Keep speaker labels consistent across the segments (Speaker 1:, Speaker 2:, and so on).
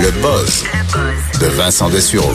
Speaker 1: Le buzz de Vincent Dessureau.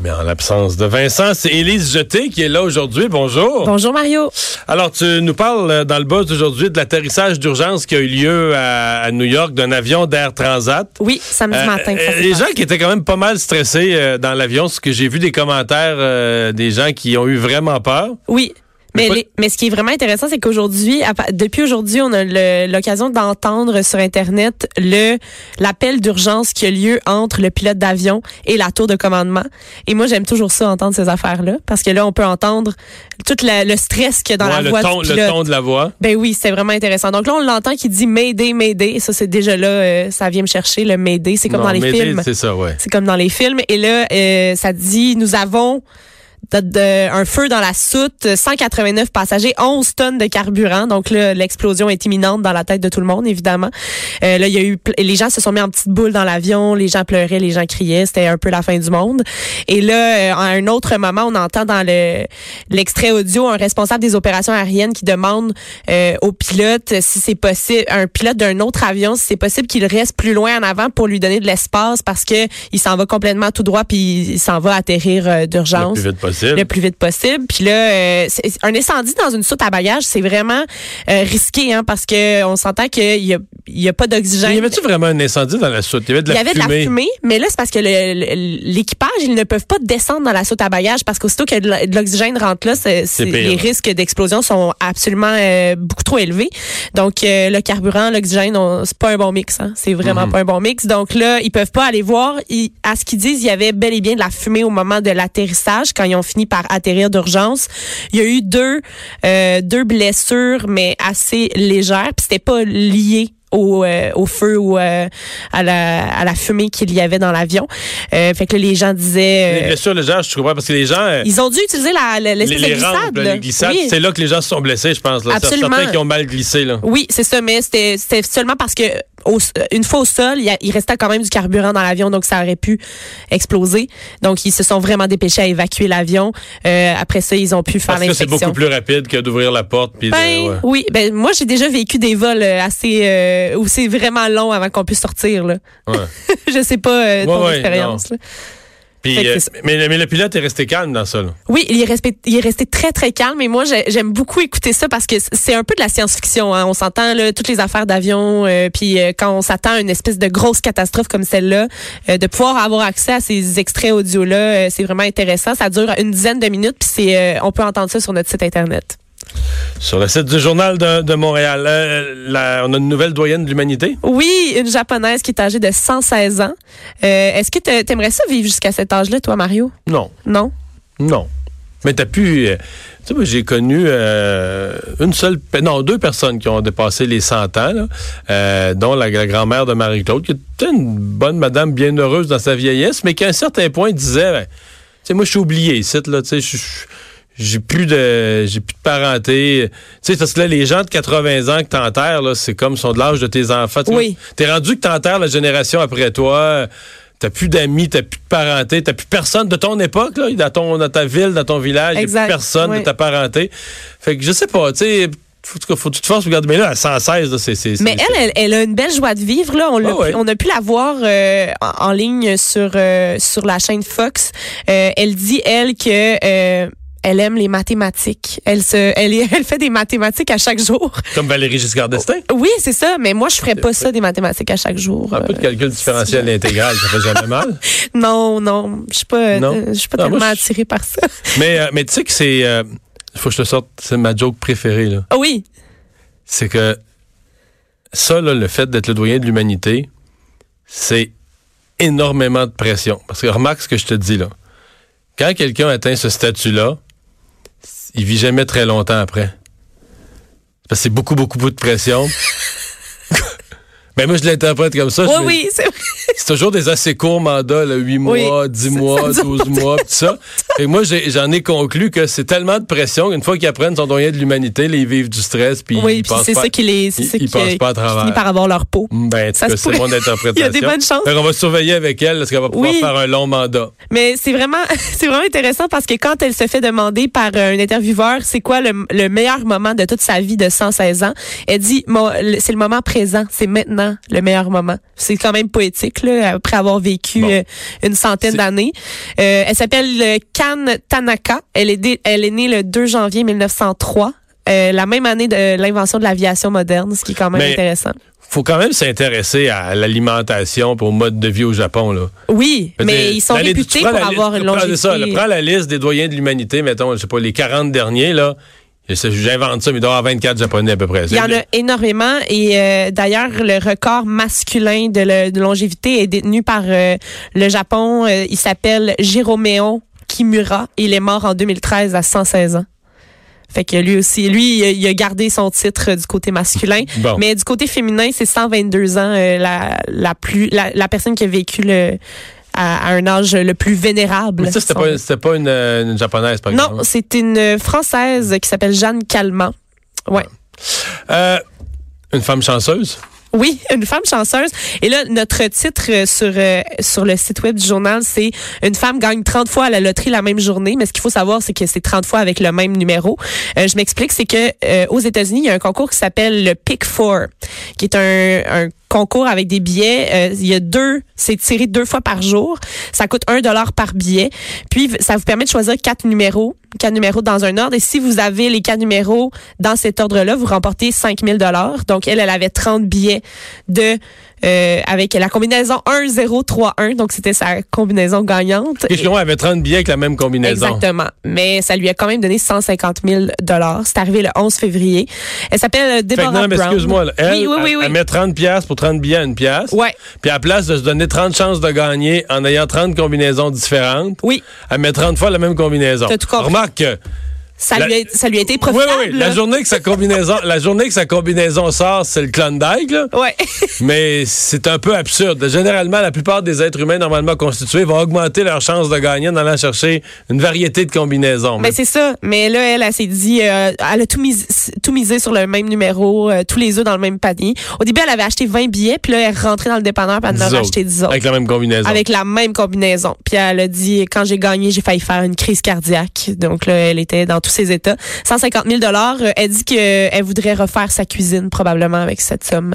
Speaker 2: Mais en l'absence de Vincent, c'est Élise Jeté qui est là aujourd'hui. Bonjour.
Speaker 3: Bonjour Mario.
Speaker 2: Alors, tu nous parles euh, dans le buzz d'aujourd'hui de l'atterrissage d'urgence qui a eu lieu à, à New York d'un avion d'Air Transat.
Speaker 3: Oui, samedi
Speaker 2: Euh,
Speaker 3: matin. que ça
Speaker 2: euh,
Speaker 3: s'est
Speaker 2: les
Speaker 3: passé.
Speaker 2: gens qui étaient quand même pas mal stressés euh, dans l'avion, ce que j'ai vu des commentaires euh, des gens qui ont eu vraiment peur.
Speaker 3: Oui. Mais,
Speaker 2: pas-
Speaker 3: les- mais ce qui est vraiment intéressant, c'est qu'aujourd'hui, à pa- depuis aujourd'hui, on a le- l'occasion d'entendre sur Internet le l'appel d'urgence qui a lieu entre le pilote d'avion et la tour de commandement. Et moi, j'aime toujours ça, entendre ces affaires-là, parce que là, on peut entendre tout la- le stress qu'il y a dans
Speaker 2: Ouais,
Speaker 3: la
Speaker 2: le,
Speaker 3: voix
Speaker 2: ton,
Speaker 3: du
Speaker 2: le
Speaker 3: pilote.
Speaker 2: ton de la voix.
Speaker 3: Ben oui, c'est vraiment intéressant. Donc là, on l'entend qui dit « Mayday, Mayday ». Et ça, c'est déjà là, euh, ça vient me chercher, le « Mayday ». C'est comme
Speaker 2: Non,
Speaker 3: dans les
Speaker 2: mais
Speaker 3: films.
Speaker 2: C'est ça, ouais.
Speaker 3: C'est comme dans les films. Et là, euh, ça dit, nous avons de- de- un feu dans la soute, 189 passagers, 11 tonnes de carburant. Donc là, l'explosion est imminente dans la tête de tout le monde, évidemment. Euh, là, il y a eu, ple- les gens se sont mis en petite boule dans l'avion, les gens pleuraient, les gens criaient, c'était un peu la fin du monde. Et là, euh, à un autre moment, on entend dans le l'extrait audio un responsable des opérations aériennes qui demande euh, au pilote si c'est possible, un pilote d'un autre avion, si c'est possible qu'il reste plus loin en avant pour lui donner de l'espace parce que il s'en va complètement tout droit puis il s'en va atterrir euh,
Speaker 2: Le
Speaker 3: d'urgence
Speaker 2: plus vite possible.
Speaker 3: le plus vite possible. Puis là, euh, c'est- un incendie dans une soute à bagages, c'est vraiment euh, risqué, hein, parce que on s'entend qu'il y a, il y a pas d'oxygène.
Speaker 2: Mais y avait-tu vraiment un incendie dans la soute? Il y avait de
Speaker 3: Il
Speaker 2: la
Speaker 3: y avait de la
Speaker 2: fumée.
Speaker 3: fumée, mais là, c'est parce que le- le- l'équipage, ils ne peuvent pas descendre dans la soute à bagages parce qu'aussitôt que de la- de l'oxygène rentre là, c'est- c'est-
Speaker 2: pire.
Speaker 3: les risques d'explosion sont absolument euh, beaucoup trop élevés. Donc, euh, le carburant, l'oxygène, on- c'est pas un bon mix. Hein. C'est
Speaker 2: Mhm.
Speaker 3: vraiment pas un bon mix. Donc là, ils peuvent pas aller voir. Ils- à ce qu'ils disent, il y avait bel et bien de la fumée au moment de l'atterrissage quand ils ont fini par atterrir d'urgence. Il y a eu deux, euh, deux blessures, mais assez légères. Puis c'était pas lié au, euh, au feu ou euh, à, la, à la fumée qu'il y avait dans l'avion. Euh, fait que là, les gens disaient...
Speaker 2: Les
Speaker 3: euh,
Speaker 2: blessures légères, je comprends, parce que les gens... euh,
Speaker 3: ils ont dû utiliser la- la-
Speaker 2: les,
Speaker 3: l'espèce de
Speaker 2: les rampes,
Speaker 3: glissade.
Speaker 2: là,
Speaker 3: là.
Speaker 2: les glissades,
Speaker 3: Oui.
Speaker 2: c'est là que les gens se sont blessés, je pense. Là.
Speaker 3: Absolument.
Speaker 2: Certains qui ont mal glissé. Là.
Speaker 3: Oui, c'est ça, mais c'était c'était seulement parce que au- euh, une fois au sol, il, y a- il restait quand même du carburant dans l'avion, donc ça aurait pu exploser. Donc ils se sont vraiment dépêchés à évacuer l'avion. Euh, après ça, ils ont pu faire
Speaker 2: Parce que c'est
Speaker 3: l'inspection.
Speaker 2: beaucoup plus rapide que d'ouvrir la porte. Puis de-
Speaker 3: Ben,
Speaker 2: ouais.
Speaker 3: oui, ben moi j'ai déjà vécu des vols euh, assez euh, où c'est vraiment long avant qu'on puisse sortir là.
Speaker 2: Ouais.
Speaker 3: Je sais pas euh,
Speaker 2: Ouais,
Speaker 3: ton
Speaker 2: ouais,
Speaker 3: expérience. là.
Speaker 2: Puis,
Speaker 3: Fait que
Speaker 2: euh,
Speaker 3: c'est ça.
Speaker 2: mais, le- mais le pilote est resté calme dans ça. là.
Speaker 3: Oui, il est, respect- il est resté très, très calme. Et moi, j'ai- j'aime beaucoup écouter ça parce que c- c'est un peu de la science-fiction. hein. On s'entend, là, toutes les affaires d'avion. euh, puis euh, quand on s'attend à une espèce de grosse catastrophe comme celle-là, euh, de pouvoir avoir accès à ces extraits audio-là, euh, c'est vraiment intéressant. Ça dure une dizaine de minutes. Puis c'est, euh, on peut entendre ça sur notre site Internet.
Speaker 2: Sur le site du Journal de, de Montréal, euh, la- on a une nouvelle doyenne de l'humanité.
Speaker 3: Oui, une Japonaise qui est âgée de 116 ans. Euh, Est-ce que t'a- t'aimerais ça vivre jusqu'à cet âge-là, toi, Mario?
Speaker 2: Non,
Speaker 3: Non?
Speaker 2: non. Mais t'as pu... euh, tu sais, moi, j'ai connu euh, une seule... pe- Non, deux personnes qui ont dépassé les 100 ans, là, euh, dont la, la grand-mère de Marie-Claude, qui était une bonne madame bien heureuse dans sa vieillesse, mais qui, à un certain point, disait... ben, Tu sais, moi, je suis oublié ici, là, tu sais, je- je- j'ai plus de j'ai plus de parenté. Tu sais, parce que là, les gens de 80 ans que t'enterres, là, c'est comme sont de l'âge de tes enfants. Tu sais,
Speaker 3: Oui.
Speaker 2: T'es rendu que t'enterres la génération après toi. T'as plus d'amis, t'as plus de parenté, t'as plus personne de ton époque, là, dans, ton, dans ta ville, dans ton village, y a plus
Speaker 3: Exact,
Speaker 2: personne
Speaker 3: ouais.
Speaker 2: de ta parenté. Fait que je sais pas, tu sais, faut, que- faut que tu te forces pour regarder. Mais là, à 116, là, c'est. c'est-
Speaker 3: Mais
Speaker 2: c'est-
Speaker 3: elle, elle, elle a une belle joie de vivre. Là. On, l'a
Speaker 2: Ah
Speaker 3: pu-
Speaker 2: ouais.
Speaker 3: on a pu la voir euh, en, en ligne sur, euh, sur la chaîne Fox. Euh, elle dit, elle, que... euh, elle aime les mathématiques. Elle se, elle, est- elle fait des mathématiques à chaque jour.
Speaker 2: Comme Valérie Giscard d'Estaing.
Speaker 3: Oui, c'est ça. Mais moi, je ferais pas ça des mathématiques à chaque jour.
Speaker 2: Un peu de calcul différentiel intégral, ça fait jamais mal.
Speaker 3: Euh, Non, non, je suis pas,
Speaker 2: Non.
Speaker 3: euh, je suis pas
Speaker 2: Non, moi,
Speaker 3: tellement
Speaker 2: je-
Speaker 3: attirée par ça.
Speaker 2: Mais, euh, mais tu sais que c'est. euh, faut que je te sorte, c'est ma joke préférée, là.
Speaker 3: Ah oui,
Speaker 2: C'est que ça, là, le fait d'être le doyen de l'humanité, c'est énormément de pression. Parce que remarque ce que je te dis, là. Quand quelqu'un atteint ce statut-là, il vit jamais très longtemps après. Parce que c'est beaucoup, beaucoup, beaucoup de pression. Ben moi, je l'interprète comme ça.
Speaker 3: Oui,
Speaker 2: Je me-
Speaker 3: oui, c'est vrai.
Speaker 2: C'est toujours des assez courts mandats, là, 8
Speaker 3: Oui.
Speaker 2: mois, 10 mois,
Speaker 3: dure
Speaker 2: 12 mois, tout ça. Et moi, j'ai- j'en ai conclu que c'est tellement de pression qu'une fois qu'ils apprennent son doyen de l'humanité, là, ils vivent du stress, puis
Speaker 3: Oui,
Speaker 2: ils
Speaker 3: puis
Speaker 2: passent
Speaker 3: c'est
Speaker 2: pas-
Speaker 3: ça qui les. C'est
Speaker 2: ils-
Speaker 3: ça
Speaker 2: ils
Speaker 3: qui
Speaker 2: passent pas à
Speaker 3: qui
Speaker 2: travers.
Speaker 3: finit par avoir leur peau.
Speaker 2: Ben, en tout
Speaker 3: Ça
Speaker 2: cas,
Speaker 3: se
Speaker 2: c'est
Speaker 3: pourrait.
Speaker 2: mon interprétation.
Speaker 3: Il y a des bonnes chances.
Speaker 2: Fait qu'on va surveiller avec elle, parce qu'elle va pouvoir
Speaker 3: Oui.
Speaker 2: faire un long mandat.
Speaker 3: Mais c'est vraiment, c'est vraiment intéressant parce que quand elle se fait demander par euh, un intervieweur, c'est quoi le, le meilleur moment de toute sa vie de 116 ans, elle dit, Mon- le- c'est le moment présent, c'est maintenant le meilleur moment. C'est quand même poétique, là, après avoir vécu
Speaker 2: Bon.
Speaker 3: euh, une centaine
Speaker 2: C'est-
Speaker 3: d'années. Euh, elle s'appelle euh, Kan Tanaka. Elle est, dé- elle est née le 2 janvier 1903. euh, la même année de l'invention de l'aviation moderne, ce qui est quand même
Speaker 2: Mais-
Speaker 3: intéressant.
Speaker 2: Faut quand même s'intéresser à l'alimentation pour au mode de vie au Japon, là.
Speaker 3: Oui,
Speaker 2: Je veux
Speaker 3: mais
Speaker 2: dire,
Speaker 3: ils sont
Speaker 2: dans les-
Speaker 3: réputés
Speaker 2: tu
Speaker 3: pour
Speaker 2: prends la
Speaker 3: avoir
Speaker 2: liste-
Speaker 3: une
Speaker 2: prends-
Speaker 3: longévité.
Speaker 2: c'est ça, là, prends la liste des doyens de l'humanité, mettons, je sais pas, les 40 derniers, là. Je sais, J'invente ça, mais il doit y avoir 24 japonais à peu près.
Speaker 3: Il y en a énormément et euh, d'ailleurs le record masculin de, le- de longévité est détenu par euh, le Japon. Euh, il s'appelle Jiromeo Kimura. Il est mort en 2013 à 116 ans. Fait que lui aussi, lui, il a- il a gardé son titre euh, du côté masculin.
Speaker 2: Bon.
Speaker 3: Mais du côté féminin, c'est 122 ans euh, la, la plus la, la personne qui a vécu le à, à un âge le plus vénérable.
Speaker 2: Mais ça, c'était pas, c'était pas une, euh, une japonaise, par exemple.
Speaker 3: Non, c'est une française qui s'appelle Jeanne Calment. Ouais.
Speaker 2: Euh, une femme chanceuse.
Speaker 3: Oui, une femme chanceuse. Et là, notre titre euh, sur euh, sur le site web du journal, c'est une femme gagne 30 fois à la loterie la même journée. Mais ce qu'il faut savoir, c'est que c'est 30 fois avec le même numéro. Euh, je m'explique, c'est que euh, aux États-Unis, il y a un concours qui s'appelle le Pick Four, qui est un, un concours avec des billets. Euh, il y a deux, c'est tiré deux fois par jour. Ça coûte un dollar par billet. Puis v- ça vous permet de choisir quatre numéros, quatre numéros dans un ordre. Et si vous avez les quatre numéros dans cet ordre-là, vous remportez 5000 dollars. Donc elle, elle avait 30 billets de euh, avec la combinaison 1 0 3 1 donc c'était sa combinaison gagnante.
Speaker 2: Et sinon, elle avait 30 billets avec la même combinaison.
Speaker 3: Euh, Exactement. Mais ça lui a quand même donné 150 000 dollars. C'est arrivé le 11 février. Elle s'appelle euh,
Speaker 2: Fait que
Speaker 3: Deborah
Speaker 2: non, mais
Speaker 3: Brown.
Speaker 2: excuse-moi, là, elle,
Speaker 3: oui, oui, oui,
Speaker 2: elle-
Speaker 3: oui.
Speaker 2: elle met 30 piastres pour 30 billets à une pièce.
Speaker 3: Ouais.
Speaker 2: Puis à la place de se donner 30 chances de gagner en ayant 30 combinaisons différentes,
Speaker 3: Oui.
Speaker 2: elle met 30 fois la même combinaison.
Speaker 3: T'as tout compris.
Speaker 2: Remarque que...
Speaker 3: Ça,
Speaker 2: La-
Speaker 3: lui a, ça lui a été
Speaker 2: Oui, oui,
Speaker 3: profitable.
Speaker 2: oui. La
Speaker 3: là.
Speaker 2: journée que sa combinaison, la journée que sa combinaison sort, c'est le Klondike, là.
Speaker 3: Ouais.
Speaker 2: Mais c'est un peu absurde. Généralement, la plupart des êtres humains normalement constitués vont augmenter leurs chances de gagner en allant chercher une variété de combinaisons.
Speaker 3: Mais Ben, c'est ça. Mais là, elle, elle s'est dit, euh, elle a tout, mis, tout misé sur le même numéro, euh, tous les œufs dans le même panier. Au début, elle avait acheté 20 billets, puis là, elle est rentrée dans le dépanneur, puis elle en
Speaker 2: Dix
Speaker 3: a
Speaker 2: autres.
Speaker 3: acheté 10 autres.
Speaker 2: Avec la même combinaison.
Speaker 3: Avec la même combinaison. Puis elle a dit, quand j'ai gagné, j'ai failli faire une crise cardiaque. Donc là, elle était dans tous ses états. 150 000 Euh, Elle dit qu'elle voudrait refaire sa cuisine probablement avec cette somme.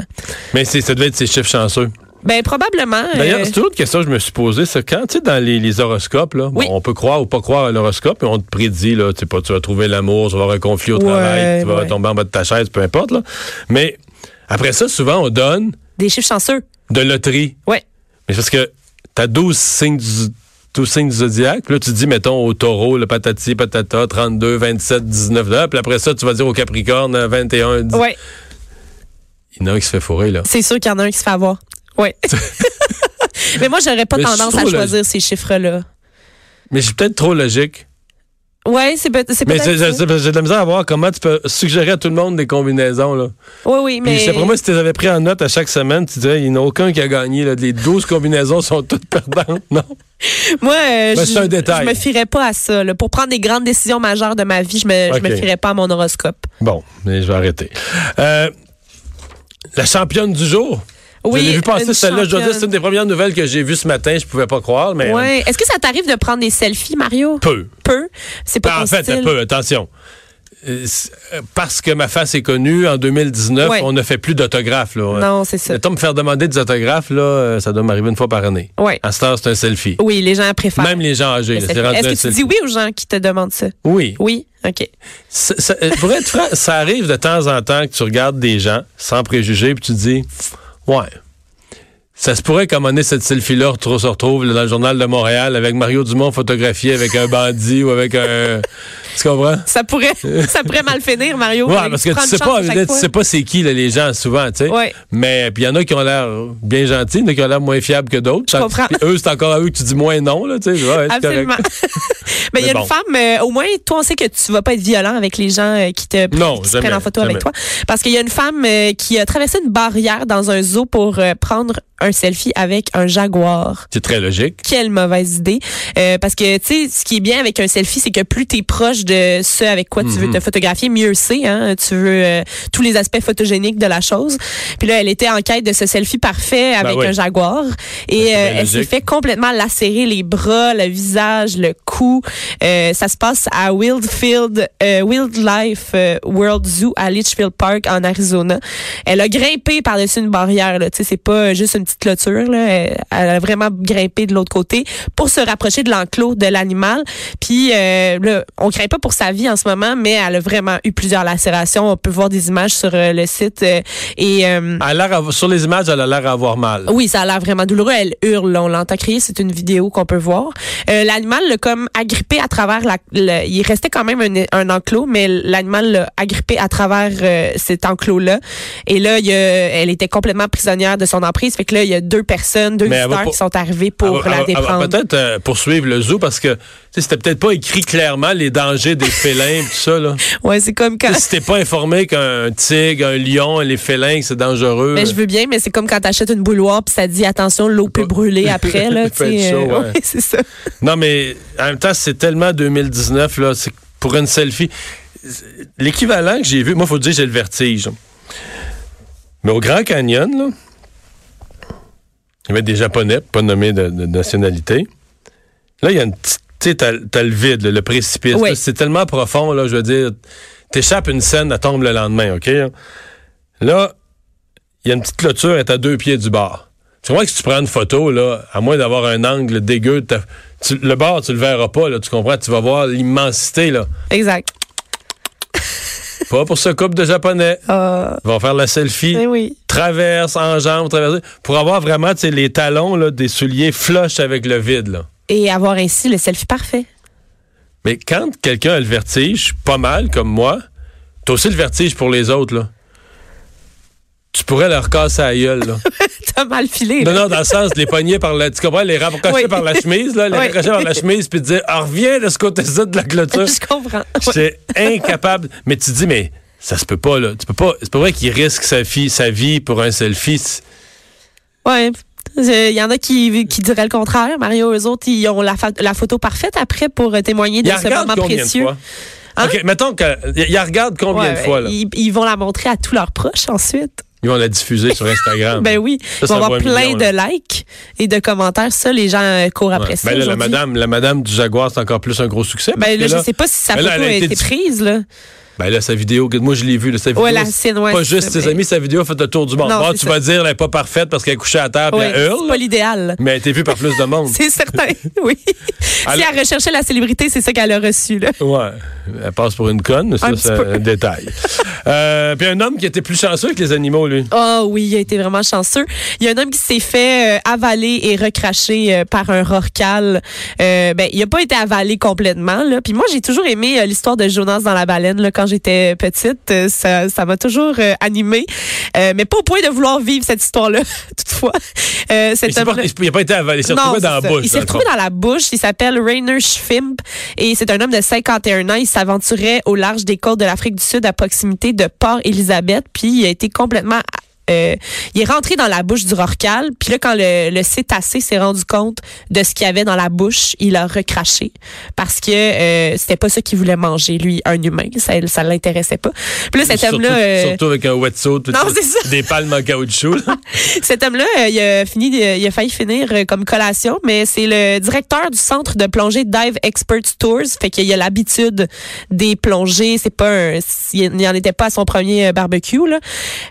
Speaker 2: Mais c'est, ça devait être ses chiffres chanceux.
Speaker 3: Ben probablement.
Speaker 2: D'ailleurs,
Speaker 3: euh,
Speaker 2: c'est toujours une question que je me suis posée. C'est quand, tu sais, dans les, les horoscopes, là,
Speaker 3: Oui.
Speaker 2: bon, on peut croire ou pas croire à l'horoscope, et on te prédit, là, tu sais pas, tu vas trouver l'amour, tu vas avoir un conflit au
Speaker 3: Ouais,
Speaker 2: travail, tu vas
Speaker 3: ouais.
Speaker 2: tomber en bas de ta chaise, peu importe, là. Mais après ça, souvent, on donne
Speaker 3: des chiffres chanceux.
Speaker 2: de loterie.
Speaker 3: Ouais.
Speaker 2: Mais c'est parce que t'as 12 signes du 12 signes du zodiaque, puis là, tu dis, mettons, au taureau, le patati, patata, 32, 27, 19, là, puis après ça, tu vas dire au capricorne, 21, 10.
Speaker 3: Ouais.
Speaker 2: Il y en a un qui se fait fourrer, là.
Speaker 3: C'est sûr qu'il y en a un qui se fait avoir. Ouais. Mais moi, j'aurais pas
Speaker 2: Mais c'est
Speaker 3: tendance à
Speaker 2: trop, là.
Speaker 3: choisir ces chiffres-là.
Speaker 2: Mais je suis peut-être trop logique.
Speaker 3: Ouais, c'est peut- c'est
Speaker 2: Mais c'est-
Speaker 3: peut-être. ça.
Speaker 2: c'est- j'ai de la misère à voir comment tu peux suggérer à tout le monde des combinaisons, là.
Speaker 3: Oui, oui,
Speaker 2: Puis,
Speaker 3: mais.
Speaker 2: c'est pour moi, si tu les avais pris en note à chaque semaine, tu dirais, il n'y en a aucun qui a gagné, là. Les 12 combinaisons sont toutes perdantes, non?
Speaker 3: Moi,
Speaker 2: Ben,
Speaker 3: euh, je,
Speaker 2: c'est un détail.
Speaker 3: je me fierais pas à ça. là. Pour prendre des grandes décisions majeures de ma vie, je me, je me
Speaker 2: Ok.
Speaker 3: fierais pas à mon horoscope.
Speaker 2: Bon, mais je vais arrêter. Euh, la championne du jour.
Speaker 3: Oui,
Speaker 2: je l'ai vu passer
Speaker 3: une
Speaker 2: celle-là. Je dois dire,
Speaker 3: championne.
Speaker 2: c'est une des premières nouvelles que j'ai vues ce matin. Je pouvais pas croire, mais euh,
Speaker 3: Ouais. Est-ce que ça t'arrive de prendre des selfies, Mario?
Speaker 2: peu.
Speaker 3: Peu. C'est pas
Speaker 2: Ben,
Speaker 3: ton
Speaker 2: en fait,
Speaker 3: style.
Speaker 2: peu, attention. Euh, c'est- euh, Parce que ma face est connue, en 2019,
Speaker 3: Ouais.
Speaker 2: on ne fait plus d'autographes. là.
Speaker 3: Non, c'est ça.
Speaker 2: Mettons, me faire demander des autographes, là, euh, ça doit m'arriver une fois par année.
Speaker 3: Ouais.
Speaker 2: À ce temps, c'est un selfie.
Speaker 3: Oui, les gens préfèrent.
Speaker 2: Même les gens âgés.
Speaker 3: le
Speaker 2: là,
Speaker 3: selfie.
Speaker 2: c'est rendu
Speaker 3: Est-ce
Speaker 2: un
Speaker 3: que tu
Speaker 2: selfie.
Speaker 3: dis oui aux gens qui te demandent ça?
Speaker 2: Oui.
Speaker 3: Oui? OK.
Speaker 2: Ça- ça- euh, pour être franc, ça arrive de temps en temps que tu regardes des gens sans préjugés puis tu te dis Ouais. Ça se pourrait qu'à un moment donné, cette selfie-là retro- se retrouve là, dans le journal de Montréal avec Mario Dumont photographié avec un bandit ou avec un. Tu comprends?
Speaker 3: Ça pourrait, ça pourrait mal finir, Mario.
Speaker 2: Ouais,
Speaker 3: Fallait
Speaker 2: parce
Speaker 3: tu
Speaker 2: que tu
Speaker 3: prennes
Speaker 2: sais
Speaker 3: chance
Speaker 2: pas,
Speaker 3: à chaque
Speaker 2: là, tu
Speaker 3: fois.
Speaker 2: sais pas c'est qui là, les gens souvent, tu sais.
Speaker 3: Ouais.
Speaker 2: Mais puis il y en a qui ont l'air bien gentils, il y en a qui ont l'air moins fiables que d'autres.
Speaker 3: Je comprends.
Speaker 2: Puis eux, c'est encore à eux que tu dis moins non, là, tu sais. Ouais, c'est
Speaker 3: Absolument.
Speaker 2: correct.
Speaker 3: Mais il y a
Speaker 2: Mais bon.
Speaker 3: une femme, euh, au moins, toi, on sait que tu vas pas être violent avec les gens euh, qui te,
Speaker 2: Non,
Speaker 3: qui se
Speaker 2: jamais,
Speaker 3: prennent en photo avec
Speaker 2: jamais.
Speaker 3: toi. Parce qu'il y a une femme euh, qui a traversé une barrière dans un zoo pour euh, prendre un selfie avec un jaguar.
Speaker 2: C'est très logique.
Speaker 3: Quelle mauvaise idée. Euh, parce que, tu sais, ce qui est bien avec un selfie, c'est que plus tu es proche de ce avec quoi tu
Speaker 2: Mm-hmm.
Speaker 3: veux te photographier, mieux c'est. Hein? Tu veux euh, tous les aspects photogéniques de la chose. Puis là, elle était en quête de ce selfie parfait avec
Speaker 2: oui.
Speaker 3: un jaguar. Et
Speaker 2: bien
Speaker 3: euh, elle s'est
Speaker 2: logique.
Speaker 3: fait complètement lacérer les bras, le visage, le cou. Euh, ça se passe à Wildfield, euh, Wildlife euh, World Zoo à Litchfield Park en Arizona. Elle a grimpé par-dessus une barrière. là. Tu sais, c'est pas juste une petite clôture. Là. Elle, elle a vraiment grimpé de l'autre côté pour se rapprocher de l'enclos de l'animal. Puis euh, là, on craint pas pour sa vie en ce moment, mais elle a vraiment eu plusieurs lacérations. On peut voir des images sur euh, le site euh, et euh,
Speaker 2: Elle a l'air av- sur les images, elle a l'air à avoir mal.
Speaker 3: Ah oui, ça a l'air vraiment douloureux. Elle hurle, on l'entend crier. C'est une vidéo qu'on peut voir. Euh, l'animal l'a comme agrippé à travers la. le- il restait quand même un, un enclos, mais l'animal l'a agrippé à travers euh, cet enclos-là. Et là, il y a- elle était complètement prisonnière de son emprise. Fait que là, il y a deux personnes, deux
Speaker 2: Mais elle va
Speaker 3: visiteurs
Speaker 2: pas-
Speaker 3: qui sont arrivés pour
Speaker 2: Elle va- elle
Speaker 3: la
Speaker 2: va- elle va
Speaker 3: déprendre.
Speaker 2: Peut-être euh, poursuivre le zoo parce que tu sais, c'était peut-être pas écrit clairement les dangers des félins pis tout ça. Là.
Speaker 3: Ouais, c'est comme quand.
Speaker 2: si t'es pas informé qu'un tigre, un lion, les félins, que c'est dangereux. euh.
Speaker 3: Mais je veux bien, mais c'est comme quand t'achètes une bouilloire puis ça dit attention, l'eau peut brûler après là.
Speaker 2: Peut être
Speaker 3: tu sais,
Speaker 2: chaud,
Speaker 3: euh,
Speaker 2: ouais.
Speaker 3: ouais, c'est ça.
Speaker 2: Non, mais en même temps, c'est tellement 2019, là, c'est pour une selfie. L'équivalent que j'ai vu, moi, faut dire, j'ai le vertige. Mais au Grand Canyon, là, il y avait des Japonais, pas nommés de, de nationalité. Là, il y a une petite. Tu sais, t'as t'as le vide, là, le précipice.
Speaker 3: Oui.
Speaker 2: Là, C'est tellement profond, là, je veux dire. T'échappes une scène, elle tombe le lendemain, OK? Là, il y a une petite clôture, elle est à deux pieds du bord. Tu comprends que si tu prends une photo, là, à moins d'avoir un angle dégueu, de ta- tu- le bord, tu le verras pas, là, tu comprends? Tu vas voir l'immensité, là.
Speaker 3: Exact.
Speaker 2: pas pour ce couple de Japonais.
Speaker 3: Ah,
Speaker 2: Ils vont faire la selfie.
Speaker 3: eh oui.
Speaker 2: Traverse, enjambe, traverse. Pour avoir vraiment, tu sais, les talons, là, des souliers flush avec le vide, là.
Speaker 3: Et avoir ainsi le selfie parfait.
Speaker 2: Mais quand quelqu'un a le vertige, pas mal comme moi, t'as aussi le vertige pour les autres, là. Tu pourrais leur casser la gueule, là.
Speaker 3: T'as mal filé.
Speaker 2: Non,
Speaker 3: là.
Speaker 2: non, dans le sens de les pogner par la. Tu comprends? Les rapprocher
Speaker 3: Oui.
Speaker 2: par la chemise, là, les
Speaker 3: Oui.
Speaker 2: rapprocher par la chemise, puis te dire, ah, reviens de ce côté-là de la clôture.
Speaker 3: Je comprends.
Speaker 2: J'étais incapable. Mais tu te dis, mais ça se peut pas, là. Tu peux pas. C'est pas vrai qu'il risque sa, fille, sa vie pour un selfie. C'est-
Speaker 3: Ouais. Il y en a qui, qui diraient le contraire. Mario, eux autres, ils ont la, fa- la photo parfaite après pour euh, témoigner de
Speaker 2: Il en
Speaker 3: ce
Speaker 2: regarde
Speaker 3: moment
Speaker 2: combien
Speaker 3: précieux.
Speaker 2: de fois?
Speaker 3: Hein?
Speaker 2: OK, mettons que- il il en regarde combien
Speaker 3: Ouais,
Speaker 2: de fois, là?
Speaker 3: ils, ils vont la montrer à tous leurs proches ensuite.
Speaker 2: Ils vont la diffuser sur Instagram.
Speaker 3: Ben oui,
Speaker 2: Ah Ça,
Speaker 3: ils
Speaker 2: ça
Speaker 3: vont avoir
Speaker 2: vaut un
Speaker 3: plein
Speaker 2: million,
Speaker 3: de
Speaker 2: là.
Speaker 3: likes et de commentaires. Ça, les gens euh, courent après
Speaker 2: Ouais.
Speaker 3: ça.
Speaker 2: Ben là, la
Speaker 3: aujourd'hui.
Speaker 2: madame, la madame du Jaguar, c'est encore plus un gros succès. parce
Speaker 3: Ben là,
Speaker 2: que
Speaker 3: je sais pas si sa
Speaker 2: Ben
Speaker 3: photo
Speaker 2: là,
Speaker 3: a
Speaker 2: elle a
Speaker 3: été,
Speaker 2: été diffu-
Speaker 3: prise. Là.
Speaker 2: Ben là, sa vidéo, que- moi je l'ai vue, là, sa vidéo.
Speaker 3: la
Speaker 2: c'est
Speaker 3: sienne, ouais,
Speaker 2: Pas
Speaker 3: c'est
Speaker 2: juste
Speaker 3: ça,
Speaker 2: ses
Speaker 3: mais-
Speaker 2: amis, sa vidéo a fait le tour du monde.
Speaker 3: Non,
Speaker 2: Bon,
Speaker 3: c'est
Speaker 2: tu
Speaker 3: ça.
Speaker 2: vas dire, elle n'est pas parfaite parce qu'elle est couchée à terre et
Speaker 3: Ouais,
Speaker 2: elle
Speaker 3: c'est
Speaker 2: hurle,
Speaker 3: pas l'idéal.
Speaker 2: mais elle a été vue par plus de monde.
Speaker 3: C'est certain, oui. si
Speaker 2: Alors-
Speaker 3: elle recherchait la célébrité, c'est ça qu'elle a reçu. Là.
Speaker 2: Ouais. Elle passe pour une conne, mais
Speaker 3: Un
Speaker 2: ça,
Speaker 3: petit
Speaker 2: c'est
Speaker 3: peu.
Speaker 2: un détail. Euh, puis un homme qui était plus chanceux que les animaux, lui.
Speaker 3: Oh oui, il a été vraiment chanceux. Il y a un homme qui s'est fait euh, avaler et recracher euh, par un rorcal. Euh, ben, il a pas été avalé complètement. Là. Puis moi, j'ai toujours aimé euh, l'histoire de Jonas dans la baleine là, quand j'étais petite. Euh, ça ça m'a toujours euh, animée. Euh, mais pas au point de vouloir vivre cette histoire-là, toutefois. Euh,
Speaker 2: Il
Speaker 3: cet
Speaker 2: s'est
Speaker 3: homme-
Speaker 2: pas- il n'a pas été avalé, il s'est
Speaker 3: Non,
Speaker 2: retrouvé
Speaker 3: c'est
Speaker 2: dans la
Speaker 3: ça.
Speaker 2: bouche.
Speaker 3: Il s'est
Speaker 2: dans le
Speaker 3: retrouvé
Speaker 2: fond.
Speaker 3: dans la bauche. Il s'appelle Rainer Schwimp et c'est un homme de 51 ans. Il s'aventurait au large des côtes de l'Afrique du Sud à proximité de Port-Élisabeth. Puis il a été complètement... euh, il est rentré dans la bouche du rorcal. Puis là, quand le, le cétacé s'est rendu compte de ce qu'il y avait dans la bouche, il a recraché parce que euh, c'était pas ça qu'il voulait manger, lui, un humain. Ça, ça l'intéressait pas. Puis là, cet
Speaker 2: surtout,
Speaker 3: homme-là... euh,
Speaker 2: surtout avec un wetsuit, puis
Speaker 3: Non,
Speaker 2: tout-
Speaker 3: c'est ça.
Speaker 2: des palmes en caoutchouc. là.
Speaker 3: Cet homme-là, euh, il a fini, euh, il a failli finir euh, comme collation, mais c'est le directeur du centre de plongée Dive Experts Tours, fait qu'il a l'habitude des plongées. C'est pas, un, il n'y en était pas à son premier euh, barbecue là,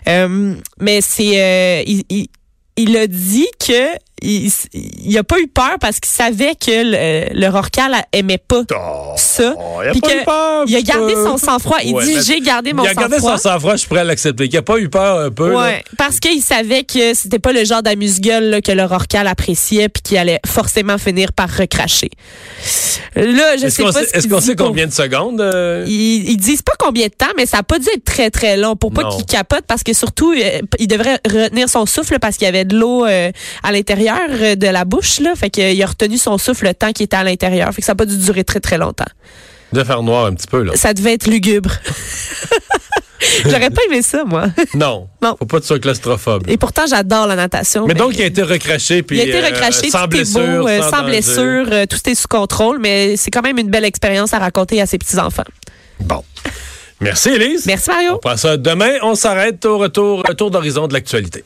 Speaker 3: Euh, mais c'est, euh, il, il, il a dit que il, il a pas eu peur parce qu'il savait que le, le Rorcal aimait pas
Speaker 2: Oh,
Speaker 3: ça.
Speaker 2: il a
Speaker 3: Puis
Speaker 2: pas
Speaker 3: que
Speaker 2: eu peur.
Speaker 3: il a gardé
Speaker 2: euh,
Speaker 3: son sang-froid. Il
Speaker 2: ouais,
Speaker 3: dit
Speaker 2: mais-
Speaker 3: j'ai gardé mon
Speaker 2: Il a gardé
Speaker 3: sang-froid.
Speaker 2: son sang-froid, je pourrais l'accepter. Il a pas eu peur un peu. là.
Speaker 3: Ouais, parce qu'il savait que c'était pas le genre d'amuse-gueule là, que le Rorcal appréciait puis qu'il allait forcément finir par recracher. Là, je
Speaker 2: Est-ce
Speaker 3: sais
Speaker 2: qu'on
Speaker 3: pas
Speaker 2: sait,
Speaker 3: ce
Speaker 2: est-ce
Speaker 3: qu'il
Speaker 2: qu'on
Speaker 3: dit
Speaker 2: sait
Speaker 3: pour-
Speaker 2: combien de secondes? euh?
Speaker 3: ils, ils disent pas combien de temps, mais ça a pas dû être très, très long pour pas
Speaker 2: Non.
Speaker 3: qu'il capote parce que surtout, euh, il devrait retenir son souffle parce qu'il y avait de l'eau euh, à l'intérieur euh, de la bouche. Là. Fait qu'il a retenu son souffle le temps qu'il était à l'intérieur. Fait que ça a pas dû durer très, très longtemps.
Speaker 2: Il devait faire noir un petit peu, là.
Speaker 3: Ça devait être lugubre. J'aurais pas aimé ça, moi.
Speaker 2: Non.
Speaker 3: Non.
Speaker 2: Faut pas que tu sois claustrophobe.
Speaker 3: Et pourtant, j'adore la natation.
Speaker 2: Mais donc, il a été recraché. Puis,
Speaker 3: il a été
Speaker 2: euh,
Speaker 3: recraché,
Speaker 2: sans
Speaker 3: tout est
Speaker 2: blessure.
Speaker 3: beau, euh, sans
Speaker 2: danger.
Speaker 3: blessure, euh, tout est sous contrôle, mais c'est quand même une belle expérience à raconter à ses petits-enfants.
Speaker 2: Bon. Merci, Élise.
Speaker 3: Merci,
Speaker 2: On
Speaker 3: Mario.
Speaker 2: passe à demain. On s'arrête au retour, retour d'horizon de l'actualité.